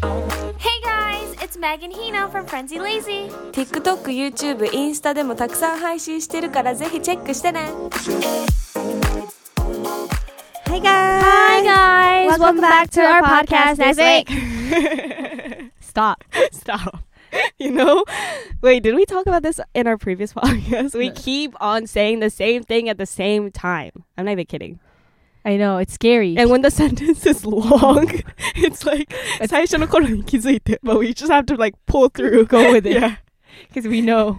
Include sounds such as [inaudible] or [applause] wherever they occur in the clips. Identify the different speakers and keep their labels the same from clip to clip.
Speaker 1: Hey guys, it's Meg and Hino from Frenzy Lazy.
Speaker 2: TikTok、YouTube、インスタでもたくさん配信してるからぜひチェックしてね
Speaker 3: Hi guys.
Speaker 1: Hi guys,
Speaker 3: Welcome back to our podcast next Stop. [laughs]
Speaker 2: Stop
Speaker 3: You know, wait, did we talk about this in our previous [laughs] podcast? We
Speaker 2: No.
Speaker 3: keep on saying the same thing at the same time. I'm not even kidding.
Speaker 2: I know,
Speaker 3: [laughs]
Speaker 2: it's scary
Speaker 3: And when the sentence is long,
Speaker 2: [laughs]
Speaker 3: [laughs] it's like 最初の頃に気づいて but we just have to like pull through.
Speaker 2: Go with
Speaker 3: [laughs]
Speaker 2: it.
Speaker 3: Yeah,
Speaker 2: because we know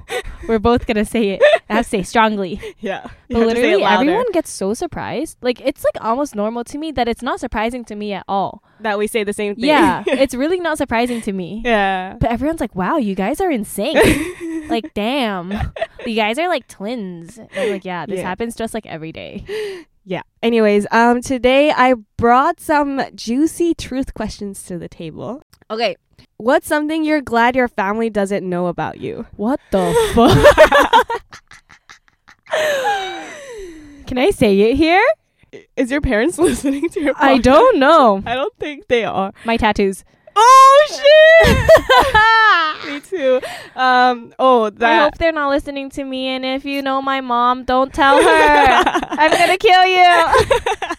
Speaker 2: we're both gonna say it I have to say strongly
Speaker 3: [laughs] yeah. [laughs] You
Speaker 2: But
Speaker 3: have to say it
Speaker 2: literally,
Speaker 3: louder.
Speaker 2: everyone gets so surprised. Like, it's like almost normal to me that it's not surprising to me at all.
Speaker 3: that we say the same thing. [laughs]
Speaker 2: Yeah, it's really not surprising to me.
Speaker 3: yeah.
Speaker 2: But everyone's like, wow, you guys are insane. [laughs]
Speaker 3: [laughs]
Speaker 2: like, damn. You guys are like twins. And I'm like, yeah, this
Speaker 3: Yeah.
Speaker 2: happens to us like every day.
Speaker 3: Yeah. Anyways, um, today I brought some juicy truth questions to the table. Okay. What's something you're glad your family doesn't know about
Speaker 2: [laughs]
Speaker 3: you? [laughs]
Speaker 2: What the fuck? Can I say it
Speaker 3: [laughs]
Speaker 2: here?
Speaker 3: Is your parents [laughs] listening to your podcast?
Speaker 2: I
Speaker 3: [laughs]
Speaker 2: don't know.
Speaker 3: I don't think they are.
Speaker 2: My tattoos.
Speaker 3: Oh [laughs] shit! Me too. Um. Oh,
Speaker 2: I
Speaker 3: that.
Speaker 2: hope they're not listening to me. And if you know my mom, don't tell her.
Speaker 3: [laughs]
Speaker 2: I'm going to kill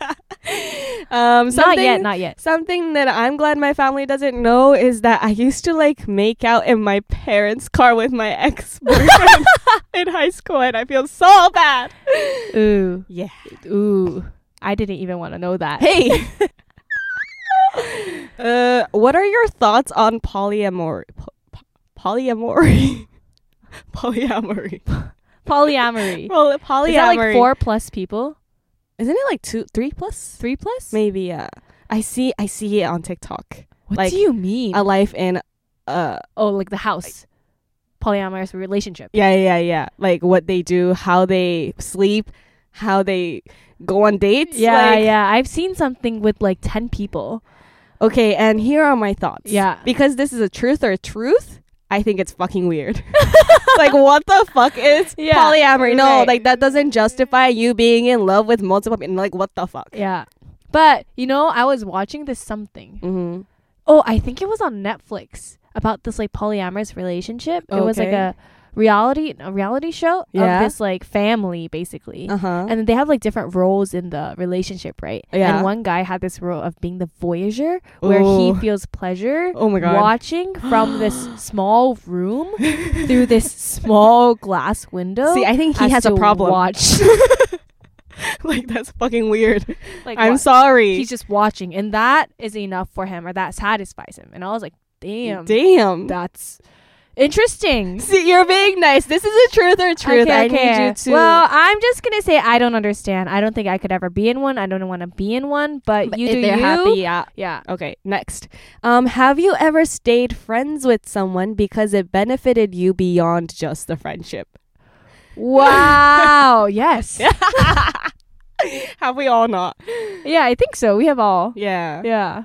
Speaker 2: you.
Speaker 3: um.
Speaker 2: Not
Speaker 3: Something,
Speaker 2: yet, not yet.
Speaker 3: Something that I'm glad my family doesn't know is that I used to like make out in my parents' car with my ex [laughs] boyfriend in high school, and I feel so bad.
Speaker 2: Ooh.
Speaker 3: Yeah.
Speaker 2: Ooh. I didn't even want to know that.
Speaker 3: Hey. [laughs] uh, what are your thoughts on polyamory? Po- po- polyamory. [laughs] polyamory.
Speaker 2: [laughs] [laughs] Polyamory.
Speaker 3: Well, polyamory.
Speaker 2: Is that like four plus people?
Speaker 3: Isn't it like two, three plus?
Speaker 2: Three plus?
Speaker 3: Maybe. Yeah. I see. I see it on TikTok.
Speaker 2: What
Speaker 3: like,
Speaker 2: do you mean?
Speaker 3: A life in. Uh.
Speaker 2: oh, like the house. Polyamorous relationship.
Speaker 3: Yeah. Yeah. Yeah. Like what they do, how they sleep, how they go on dates.
Speaker 2: yeah,
Speaker 3: like-
Speaker 2: yeah. I've seen something with like 10 people.
Speaker 3: Okay. And here are my thoughts.
Speaker 2: Yeah.
Speaker 3: Because this is a truth or a truth. I think it's fucking weird.
Speaker 2: [laughs]
Speaker 3: like what the fuck is
Speaker 2: Yeah,
Speaker 3: polyamory? No,
Speaker 2: right.
Speaker 3: like that doesn't justify you being in love with multiple people. Like what the fuck?
Speaker 2: Yeah. But, you know, I was watching this something.
Speaker 3: Mm-hmm.
Speaker 2: Oh, I think it was on Netflix about this like polyamorous relationship. It was like
Speaker 3: Okay.
Speaker 2: a reality a reality show
Speaker 3: Yeah.
Speaker 2: of this like family basically.
Speaker 3: Uh huh.
Speaker 2: and they have like different roles in the relationship, right?
Speaker 3: Yeah.
Speaker 2: And one guy had this role of being the voyageur, where
Speaker 3: Ooh.
Speaker 2: he feels pleasure
Speaker 3: Oh my god. [laughs]
Speaker 2: [laughs] watching from this
Speaker 3: [gasps]
Speaker 2: small room through this
Speaker 3: [laughs]
Speaker 2: small glass window.
Speaker 3: See, I think he
Speaker 2: as
Speaker 3: has a
Speaker 2: to
Speaker 3: problem.
Speaker 2: Watch,
Speaker 3: [laughs] like that's fucking weird.
Speaker 2: like
Speaker 3: I'm
Speaker 2: wa-
Speaker 3: sorry.
Speaker 2: He's just watching, and that is enough for him, or that satisfies him. And I was like, damn,
Speaker 3: Damn.
Speaker 2: that's interesting.
Speaker 3: See, you're being nice. This is a truth or truth.
Speaker 2: Okay,
Speaker 3: I
Speaker 2: okay.
Speaker 3: need you to.
Speaker 2: Well, I'm just gonna say I don't understand. I don't think I could ever be in one. I don't want to be in one. But,
Speaker 3: But
Speaker 2: you
Speaker 3: if
Speaker 2: do
Speaker 3: they're
Speaker 2: you.
Speaker 3: happy, yeah.
Speaker 2: Yeah.
Speaker 3: Okay, next. Um, have you ever stayed friends with someone because it benefited you beyond just the friendship? [laughs]
Speaker 2: Wow. [laughs] yes. Yeah.
Speaker 3: Have we all not?
Speaker 2: I think so. We have all.
Speaker 3: Yeah.
Speaker 2: Yeah.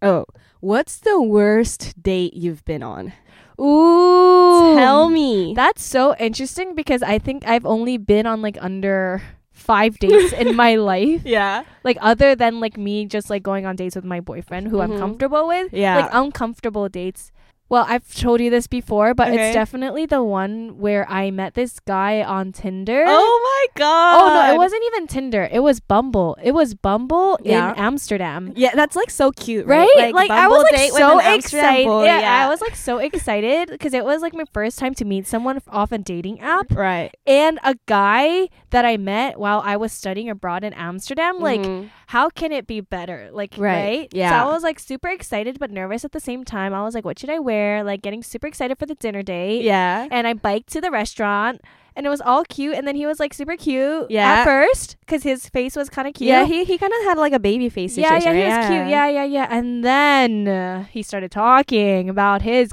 Speaker 3: Oh, what's the worst date you've been on?
Speaker 2: Ooh.
Speaker 3: Tell me.
Speaker 2: That's so interesting because I think I've only been on like under five dates
Speaker 3: [laughs]
Speaker 2: in my life.
Speaker 3: yeah.
Speaker 2: Like other than like me just like going on dates with my boyfriend who
Speaker 3: Mhm.
Speaker 2: I'm comfortable with.
Speaker 3: Yeah.
Speaker 2: Like uncomfortable dates. Well, I've told you this before, but
Speaker 3: Okay.
Speaker 2: it's definitely the one where I met this guy on Tinder.
Speaker 3: oh my god.
Speaker 2: Oh, no, it wasn't even Tinder. It was Bumble. It was Bumble
Speaker 3: Yeah.
Speaker 2: in Amsterdam.
Speaker 3: Yeah, that's like so cute, right?
Speaker 2: right? Like, I
Speaker 3: Bumble
Speaker 2: was like
Speaker 3: date with
Speaker 2: so
Speaker 3: an Amsterdam
Speaker 2: excited.
Speaker 3: boy,
Speaker 2: yeah, I was like so excited because it was like my first time to meet someone f- off a dating app,
Speaker 3: right.
Speaker 2: and a guy that I met while I was studying abroad in Amsterdam. Like,
Speaker 3: Mhm.
Speaker 2: how can it be better? Like,
Speaker 3: Right,
Speaker 2: right?
Speaker 3: yeah.
Speaker 2: So I was like super excited but nervous at the same time. I was like, what should I wear? Like, getting super excited for the dinner date.
Speaker 3: yeah.
Speaker 2: And I biked to the restaurant. And it was all cute, and then he was like super cute
Speaker 3: Yeah.
Speaker 2: at first because his face was kind of cute.
Speaker 3: Yeah, he, he kind of had like a baby face
Speaker 2: Yeah, yeah,
Speaker 3: situation.
Speaker 2: he was
Speaker 3: right?
Speaker 2: cute.
Speaker 3: [laughs]
Speaker 2: Yeah, yeah, yeah. And then uh, he started talking about his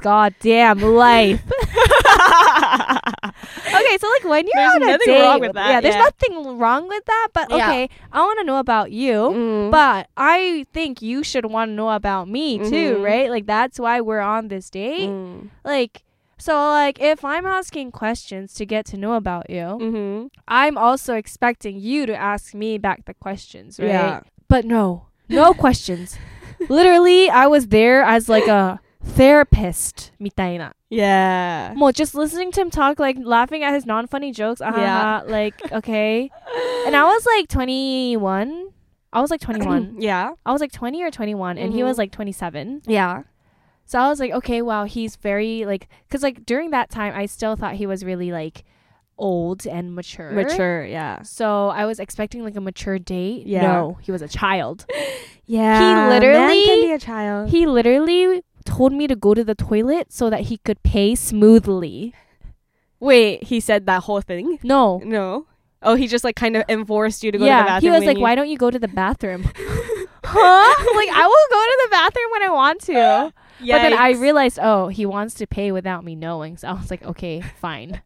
Speaker 3: [laughs]
Speaker 2: goddamn life. okay, so like when you're
Speaker 3: There's
Speaker 2: on a
Speaker 3: nothing
Speaker 2: date,
Speaker 3: wrong with that,
Speaker 2: yeah, there's
Speaker 3: yeah.
Speaker 2: nothing wrong with that. But
Speaker 3: Yeah.
Speaker 2: okay, I want to know about you.
Speaker 3: Mm.
Speaker 2: But I think you should want to know about me too,
Speaker 3: Mhm.
Speaker 2: right? Like that's why we're on this date.
Speaker 3: Mm.
Speaker 2: Like, so like if I'm asking questions to get to know about you,
Speaker 3: Mhm.
Speaker 2: I'm also expecting you to ask me back the questions, right?
Speaker 3: Yeah. [laughs]
Speaker 2: But no, no questions. Literally, I was there as like a therapist みたいな。
Speaker 3: Yeah.
Speaker 2: Well, just listening to him talk, like laughing at his non-funny jokes. Uh-huh,
Speaker 3: Yeah.
Speaker 2: uh-huh, Like okay, and I was like 21. I
Speaker 3: [clears throat]
Speaker 2: was like 21.
Speaker 3: yeah.
Speaker 2: I was like 20 or 21, and he
Speaker 3: Mhm.
Speaker 2: was like 27.
Speaker 3: Yeah.
Speaker 2: So I was like, okay, wow, he's very like, because like during that time, I still thought he was really like old and mature.
Speaker 3: Mature. Yeah.
Speaker 2: So I was expecting like a mature date.
Speaker 3: Yeah.
Speaker 2: No, he was a child.
Speaker 3: Yeah.
Speaker 2: literally-
Speaker 3: Man can be a child.
Speaker 2: he literally told me to go to the toilet so that he could pay smoothly.
Speaker 3: Wait, he said that whole thing?
Speaker 2: No.
Speaker 3: No. Oh, he just like kind of enforced you to go to the
Speaker 2: yeah,
Speaker 3: bathroom.
Speaker 2: he was
Speaker 3: when
Speaker 2: like,
Speaker 3: you- [laughs]
Speaker 2: "Why don't you go to the bathroom?" [laughs] huh? Like I will go to the bathroom when I want to. But then I
Speaker 3: Yikes.
Speaker 2: realized, oh, he wants to pay without me knowing. So I was like, okay, fine.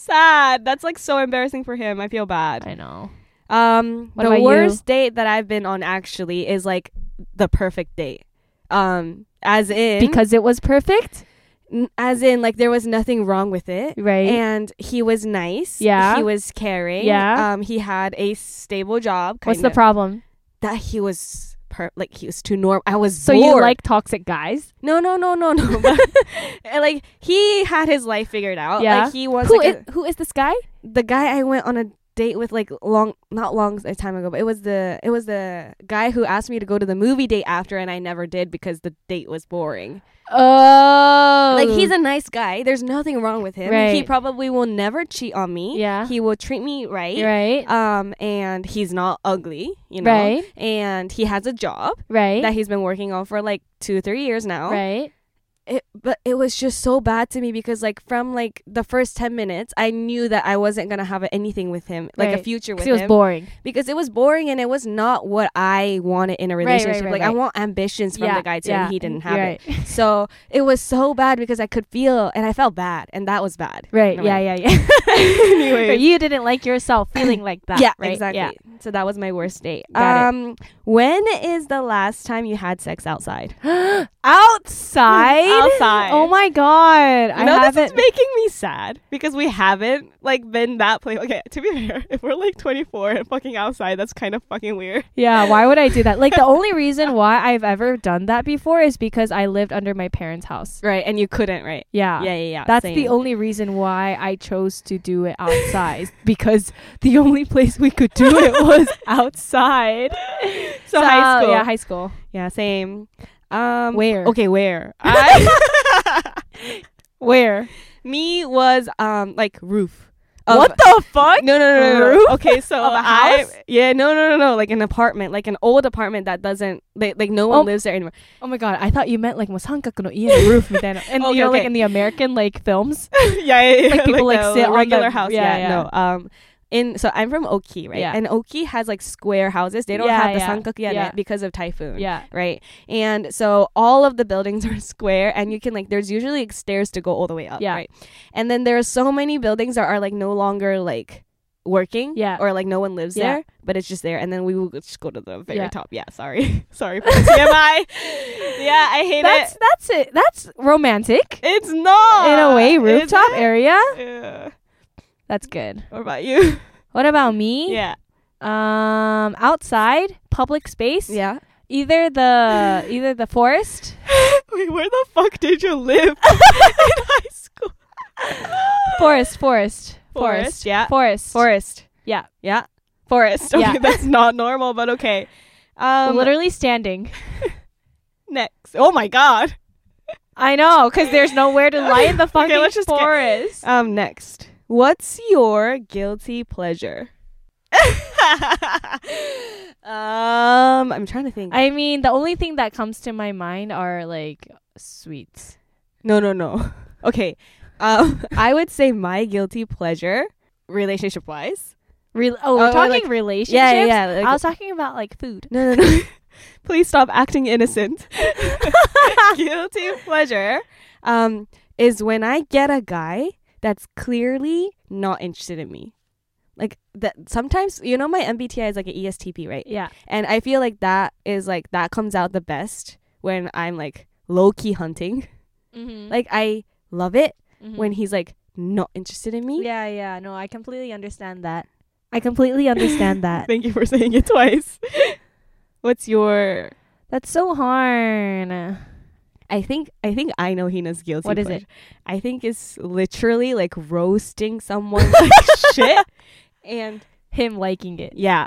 Speaker 3: sad. That's like so embarrassing for him. [laughs] I feel bad.
Speaker 2: I know.
Speaker 3: Um,
Speaker 2: What
Speaker 3: the
Speaker 2: about you?
Speaker 3: worst date that I've been on actually is like the perfect date. Um, as in
Speaker 2: Because it was perfect,
Speaker 3: n- as in like there was nothing wrong with it.
Speaker 2: right?
Speaker 3: And he was nice.
Speaker 2: Yeah.
Speaker 3: He was caring.
Speaker 2: Yeah.
Speaker 3: Um, he had a stable job.
Speaker 2: What's
Speaker 3: kind of.
Speaker 2: the problem?
Speaker 3: That he was per- like he was too normal. I was
Speaker 2: So you
Speaker 3: bored.
Speaker 2: like toxic guys?
Speaker 3: no no no no no.
Speaker 2: [laughs]
Speaker 3: [laughs] And, like he had his life figured out.
Speaker 2: Yeah.
Speaker 3: Like he was
Speaker 2: Who
Speaker 3: like uh,
Speaker 2: is
Speaker 3: a-
Speaker 2: who is this guy?
Speaker 3: the guy I went on a date with like long not long a time ago, but it was the it was the guy who asked me to go to the movie date after and I never did because the date was boring.
Speaker 2: Oh,
Speaker 3: Like he's a nice guy. There's nothing wrong with him. He
Speaker 2: Right.
Speaker 3: probably will never cheat on me.
Speaker 2: Yeah.
Speaker 3: He will treat me right.
Speaker 2: Oh. right,
Speaker 3: Um and he's not ugly, you know.
Speaker 2: right,
Speaker 3: And he has a job
Speaker 2: right,
Speaker 3: that he's been working on for like 2 3 years now.
Speaker 2: right.
Speaker 3: It, but it was just so bad to me because like from like the first 10 minutes I knew that I wasn't going to have anything with him, like a
Speaker 2: Right.
Speaker 3: future with
Speaker 2: Because it was
Speaker 3: him
Speaker 2: boring.
Speaker 3: because it was boring and it was not what I wanted in a
Speaker 2: Right, right,
Speaker 3: relationship.
Speaker 2: right,
Speaker 3: like I
Speaker 2: right.
Speaker 3: want ambitions from the guy too, and he didn't have
Speaker 2: right.
Speaker 3: it. So it was so bad because I could feel and I felt bad, and that was bad.
Speaker 2: Right.
Speaker 3: No,
Speaker 2: Yeah. Yeah. Yeah.
Speaker 3: Anyway.
Speaker 2: you didn't like yourself feeling like that.
Speaker 3: yeah,
Speaker 2: Right?
Speaker 3: exactly.
Speaker 2: Yeah.
Speaker 3: So that was my worst date.
Speaker 2: Got it.
Speaker 3: um, when is the last time you had sex outside?
Speaker 2: Outside.
Speaker 3: Outside.
Speaker 2: Oh my god. I
Speaker 3: I know this
Speaker 2: haven't.
Speaker 3: is making me sad because we haven't like been that play. Okay, to be [laughs] fair, if we're like 24 and fucking outside, that's kind of fucking weird.
Speaker 2: yeah. Why would I do that? Like the only reason why I've ever done that before is because I lived under my parents' house.
Speaker 3: Right, and you couldn't, right? Ah,
Speaker 2: Yeah.
Speaker 3: yeah, yeah.
Speaker 2: That's
Speaker 3: same.
Speaker 2: the
Speaker 3: [laughs]
Speaker 2: only reason why I chose to do it outside [laughs] because the only place we could do it was
Speaker 3: [laughs]
Speaker 2: outside.
Speaker 3: so, high school.
Speaker 2: Yeah, high school.
Speaker 3: Yeah, same. Um,
Speaker 2: Where?
Speaker 3: Okay, [laughs] where? I, [laughs]
Speaker 2: Where?
Speaker 3: me was um like roof. of-
Speaker 2: what the fuck?
Speaker 3: No, no, no, no, no. [laughs]
Speaker 2: Roof
Speaker 3: Okay, so
Speaker 2: of a
Speaker 3: I
Speaker 2: house?
Speaker 3: yeah, no, no, no, no, like an apartment, like an old apartment that doesn't like, like no one
Speaker 2: Oh.
Speaker 3: lives there anymore.
Speaker 2: Oh my god, I thought you meant like 三角の the roof みたいな. And
Speaker 3: Okay,
Speaker 2: you know like
Speaker 3: okay.
Speaker 2: in the American like films.
Speaker 3: [laughs] yeah, yeah, yeah.
Speaker 2: Like, people, like,
Speaker 3: the
Speaker 2: sit on
Speaker 3: regular
Speaker 2: the-
Speaker 3: house. Yeah,
Speaker 2: yeah, yeah.
Speaker 3: no. Um, in so I'm from Oki, right?
Speaker 2: Yeah.
Speaker 3: And Oki has like square houses. They don't
Speaker 2: Yeah,
Speaker 3: have the
Speaker 2: yeah,
Speaker 3: sankaku in
Speaker 2: yeah.
Speaker 3: it because of typhoon.
Speaker 2: Yeah.
Speaker 3: Right. And so all of the buildings [laughs] are square and you can like there's usually like, stairs to go all the way up.
Speaker 2: Yeah.
Speaker 3: Right. And then there are so many buildings that are like no longer like working.
Speaker 2: Yeah.
Speaker 3: Or like no one lives
Speaker 2: Yeah.
Speaker 3: there. But it's just there. And then we will just go to the very
Speaker 2: Yeah.
Speaker 3: top. Yeah, sorry. [laughs] sorry for
Speaker 2: [laughs]
Speaker 3: TMI. yeah, I hate
Speaker 2: That's
Speaker 3: it.
Speaker 2: that's it. That's romantic.
Speaker 3: It's not
Speaker 2: In a way,
Speaker 3: is
Speaker 2: rooftop
Speaker 3: it?
Speaker 2: area.
Speaker 3: Yeah.
Speaker 2: That's good.
Speaker 3: What about you?
Speaker 2: What about me?
Speaker 3: Yeah.
Speaker 2: Um outside, public space.
Speaker 3: Yeah.
Speaker 2: Either the either the forest.
Speaker 3: [laughs] Wait, where the fuck did you
Speaker 2: [laughs]
Speaker 3: live in high school?
Speaker 2: Forest, forest.
Speaker 3: Forest, yeah.
Speaker 2: Forest.
Speaker 3: Forest.
Speaker 2: Yeah.
Speaker 3: Yeah. Forest. Okay,
Speaker 2: Yeah.
Speaker 3: that's not normal, but okay. Um,
Speaker 2: Literally standing.
Speaker 3: next. Oh my god.
Speaker 2: I know, because there's
Speaker 3: [laughs]
Speaker 2: nowhere to lie in the
Speaker 3: Okay,
Speaker 2: fucking
Speaker 3: let's just get-
Speaker 2: forest.
Speaker 3: [laughs] Um, next. What's your guilty pleasure? [laughs] um, I'm trying to think.
Speaker 2: I mean, the only thing that comes to my mind are like sweets.
Speaker 3: no, no, no. Okay.
Speaker 2: [laughs]
Speaker 3: Um, I would say my guilty pleasure, relationship wise.
Speaker 2: Re- oh, we're
Speaker 3: Oh,
Speaker 2: talking
Speaker 3: like-
Speaker 2: relationships.
Speaker 3: yeah, like-
Speaker 2: I was talking about like food.
Speaker 3: No, no, [laughs] no. Please stop acting
Speaker 2: [laughs]
Speaker 3: innocent. [laughs] Guilty pleasure um, is when I get a guy that's clearly not interested in me. Like that. Sometimes you know my MBTI is like E an ESTP, right?
Speaker 2: Yeah,
Speaker 3: And I feel like that is like that comes out the best when I'm like low key hunting.
Speaker 2: mm-hmm.
Speaker 3: Like I love it when he's like not interested in me.
Speaker 2: Mm. yeah, yeah. No, I completely understand that. [laughs]
Speaker 3: [laughs]
Speaker 2: I completely understand that.
Speaker 3: Thank you for saying it twice. What's your
Speaker 2: That's so hard.
Speaker 3: I think I think I know Hina's guilty.
Speaker 2: What is
Speaker 3: pleasure.
Speaker 2: it?
Speaker 3: I think it's literally like roasting someone
Speaker 2: [laughs]
Speaker 3: like shit. And
Speaker 2: Him liking it.
Speaker 3: yeah,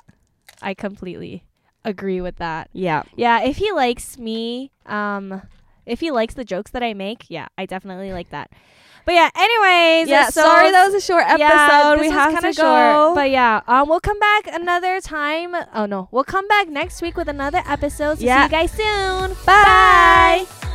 Speaker 2: I completely agree with that.
Speaker 3: yeah.
Speaker 2: Yeah, if he likes me, um, if he likes the jokes that I make, yeah, I definitely like that. But yeah, anyways,
Speaker 3: Yeah,
Speaker 2: so-
Speaker 3: sorry that was a short episode.
Speaker 2: Yeah,
Speaker 3: we
Speaker 2: this was
Speaker 3: have
Speaker 2: kinda
Speaker 3: to go.
Speaker 2: Short, but yeah, um, we'll come back another time. Oh no, we'll come back next week with another episode. So
Speaker 3: Yeah.
Speaker 2: see you guys soon.
Speaker 3: Bye.
Speaker 2: Bye.